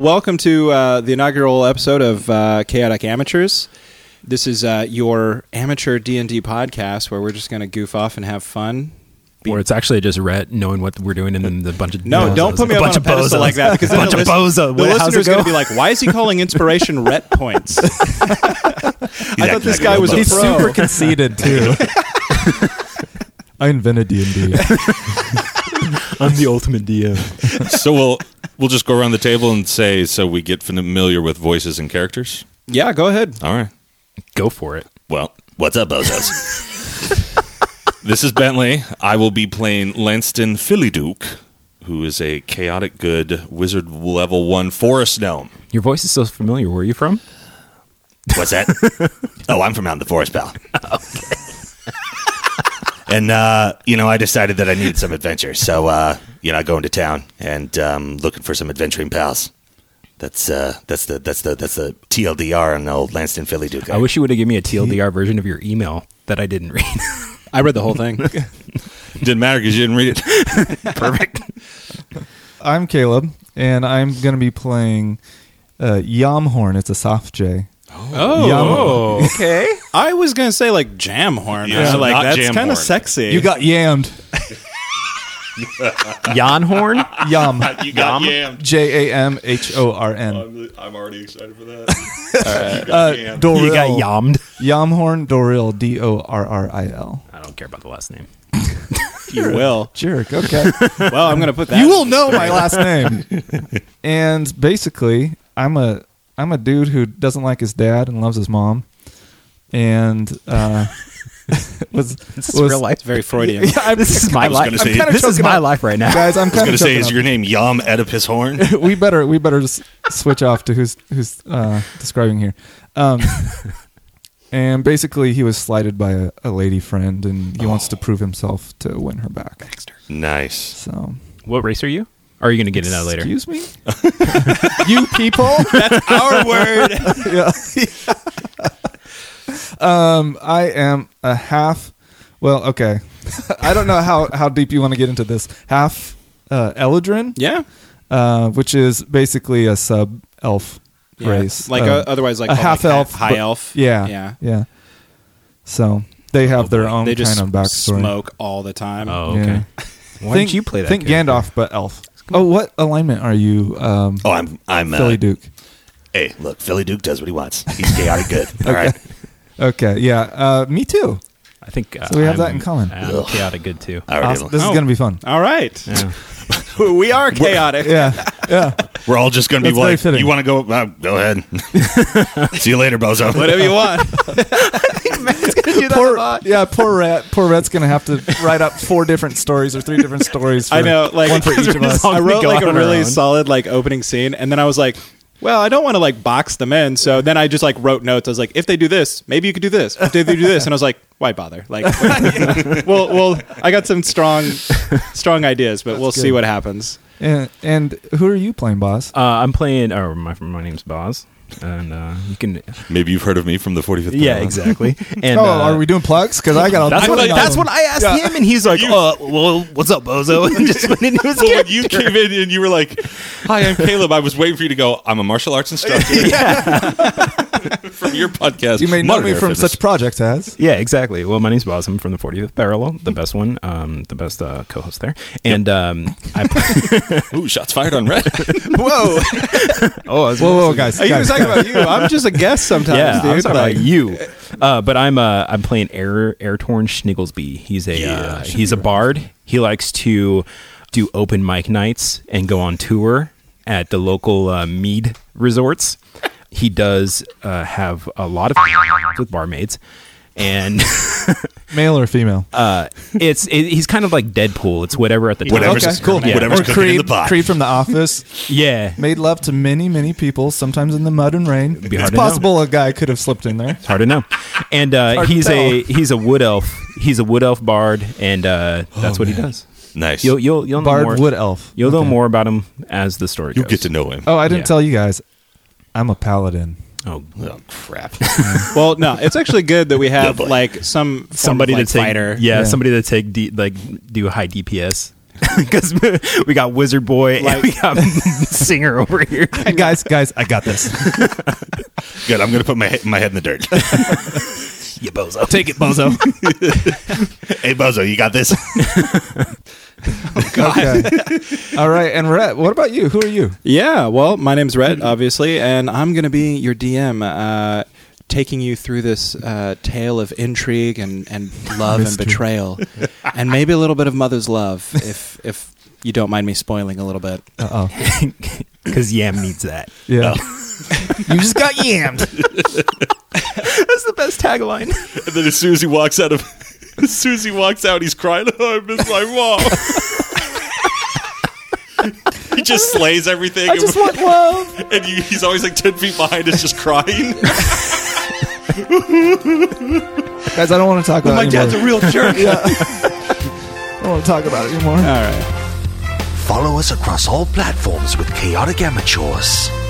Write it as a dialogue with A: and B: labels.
A: Welcome to uh, the inaugural episode of uh, Chaotic Amateurs. This is uh, your amateur D and D podcast where we're just going to goof off and have fun. Be-
B: Or it's actually just Rhett knowing what we're doing and then the bunch of
A: no, don't put me up on a pedestal like that because
B: a
A: then
B: bunch
A: the,
B: of
A: lis-
B: bozo.
A: the
B: Wait, how's
A: listener's
B: it
A: going
B: go?
A: to be like, "Why is he calling inspiration ret points?" I thought this guy was a
C: He's
A: pro.
C: super conceited too. I invented D and D.
B: I'm the ultimate DM.
D: so we'll we'll just go around the table and say so we get familiar with voices and characters.
A: yeah, go ahead.
D: All right.
B: Go for it.
D: Well, what's up, bozos? this is Bentley. I will be playing Lanston Philiduke, who is a chaotic good wizard level one forest gnome.
B: Your voice is so familiar. Where are you from?
D: What's that? oh, I'm from out in the forest, pal. and uh, you know, I decided that I needed some adventure, so uh, you know, I go into town and um, looking for some adventuring pals. That's uh, that's the that's the that's the TLDR on old Lanston Philly Duke.
B: I wish you would have given me a TLDR version of your email that I didn't read.
A: I read the whole thing.
D: didn't matter because you didn't read it.
B: Perfect.
C: I'm Caleb, and I'm gonna be playing uh, Yamhorn. It's a soft J.
A: oh,
C: Okay.
A: I was going to say like jam horn.
D: Yeah,
A: I was like
D: not
A: that's
D: jam
A: kind
D: horn.
A: of sexy.
C: You got yammed.
B: Yonhorn?
C: Yam.
D: You got yammed.
C: J A M H O R N.
D: I'm already excited for that.
C: Uh, Doril.
B: You got yammed.
C: Yamhorn Doril. D O R R I L.
B: I don't care about the last name.
A: you will.
C: Jerk. Okay.
A: Well, I'm going to put that.
C: you will know my last name. and basically, I'm a I'm a dude who doesn't like his dad and loves his mom, and uh, was
B: This is
C: was
B: real life.
A: It's very Freudian.
C: Yeah, I'm,
B: This is my
D: was
B: life.
D: gonna say-
B: I'm kinda this is
C: choking
B: my
C: up.
B: life right now.
C: guys. I'm
D: I was
C: kind
D: gonna
C: of
D: say, is your name Yom Oedipus Horn?
C: we better we better s- switch off to who's who's uh, describing here. Um, and basically, he was slighted by a, a lady friend, and he wants to
B: Oh.
C: prove himself to win her back.
D: Nice.
C: So,
B: What race are you? Or are you going to get into that later?
C: excuse me, you people.
A: Our word.
C: yeah. um, I am a half. Well, okay. I don't know how, how deep you want to get into this. Half uh, Eladrin,
A: Yeah.
C: uh, which is basically a sub elf
A: Yeah.
C: race,
A: Like
C: Um,
A: uh, otherwise, like
C: a
A: called, like,
C: half elf,
A: high
C: but-
A: elf.
C: Yeah,
A: yeah.
C: yeah. So they have their own
A: They just
C: kind of backstory.
A: smoke all the time.
B: Oh, okay. Why
C: think,
B: did you play that?
C: Think
B: character?
C: Gandalf, but elf. Oh, what alignment are you? Um,
E: Oh, I'm I'm
C: Philly
E: uh,
C: Duke.
E: Hey, look, Philly Duke does what he wants. He's chaotic good. All right.
C: Okay, yeah. Uh, me too.
B: I think uh,
C: So we have that
B: I'm-
C: in common.
B: I'm chaotic good too. Uh,
E: All right.
C: Awesome. This
A: Oh.
C: is gonna be fun.
A: All right.
B: Yeah.
A: we are chaotic.
C: Yeah, yeah.
E: We're all just going to be
C: That's very
E: like,
C: fitting.
E: you want to go? Uh, go ahead. See you later, Bozo.
A: Whatever you want.
C: poor, yeah, poor Rat. Poor Rat's gonna have to write up four different stories or three different stories. For,
A: I know. Like
C: one for each of us.
A: I wrote
B: Go
A: like
B: on
A: a
B: our
A: really
B: own.
A: solid like opening scene, and then I was like. Well, I don't want to like box them in, so then I just like wrote notes. I was like, if they do this, maybe you could do this. If they do this, and I was like, why bother? Like, well, well, I got some strong, strong ideas, but we'll see
C: good.
A: what happens.
C: And, and who are you playing, boss?
B: Uh, I'm playing. Oh, my my name's Boz, and uh, you can.
D: Maybe you've heard of me from the 45th.
B: Yeah,
D: Parallel.
B: exactly. And
C: oh,
B: uh,
C: are we doing plugs? Because I got.
B: That's
C: a
B: what, I,
C: ton of
B: that's
C: them.
B: what I asked him, and he's like, "Uh, well, what's up, bozo?" And just went into his
D: Well, when
B: character.
D: you came in and you were like, "Hi, I'm Caleb," I was waiting for you to go. I'm a martial arts instructor from your podcast.
C: You may know
D: Modern
C: me
D: Air
C: from
D: Fitness.
C: such projects as.
B: Yeah, exactly. Well, my name's Boz. I'm from the 40th Parallel, the best one, um, the best uh, co-host there. And um, I,
D: Ooh, shots fired on red.
A: Whoa,
B: oh, I was
C: Whoa, whoa, guys!
A: are you
C: guys,
A: talking about you? I'm just a guest sometimes,
B: yeah,
A: dude.
B: I'm talking
A: Like-
B: about you. Uh, but I'm uh, I'm playing Air Air Torn Schnigglesby. He's a uh, he's a bard. He likes to do open mic nights and go on tour at the local uh, mead resorts. He does uh, have a lot of with barmaids, and
C: male or female?
B: uh, it's it, he's kind of like Deadpool. It's whatever at the time.
E: Whatever's
C: okay, cool.
B: Yeah.
E: Whatever's
C: or
E: cooking
C: Creed,
E: in the pot.
C: Creed from The Office
B: Yeah,
C: made love to many, many people, sometimes in the mud and rain.
B: be hard
C: It's
B: to know.
C: possible a guy could have slipped in there.
B: It's hard to know. And uh,
C: hard to
B: he's a he's a wood elf. He's a wood elf bard, and uh, that's what he does.
D: nice.
B: You'll you'll you'll know more.
C: Bard Wood Elf.
B: You'll know
C: Okay.
B: more about him as the story
D: You'll
B: goes.
D: get to know him.
C: Oh, I didn't
B: Yeah.
C: tell you guys. I'm a paladin.
B: Oh,
D: Oh, crap.
A: Well, no, it's actually good that we have
E: boy.
A: like some form
B: somebody
A: of, like,
B: to take
A: fighter.
B: Yeah,
C: Yeah.
B: somebody to take D, like do high DPS. because we got Wizard Boy and we got Singer over here.
C: guys, guys, I got this.
D: Good. I'm gonna put my he- my head in the dirt.
B: you bozo. Take it, bozo.
D: hey, Bozo, you got this?
C: Okay. All right, and Rhett, what about you? Who are you?
A: Yeah, well, my name's Rhett, obviously, and I'm going to be your DM, uh, taking you through this uh, tale of intrigue and, and love and betrayal, and maybe a little bit of mother's love, if if you don't mind me spoiling a little bit.
C: Uh oh.
B: Because Yam needs that.
C: Yeah.
B: You just got yammed. That's the best tagline.
D: and then as soon as he walks out of, as soon as he walks out, he's crying. Oh, I miss my mom. he just slays everything.
C: I just want love.
D: and you, he's always like 10 feet behind us just crying
C: Guys, I don't want to talk about
D: my
C: it anymore.
D: dad's a real jerk
C: I don't want to talk about it anymore.
E: Follow us across all platforms with Chaotic Amateurs.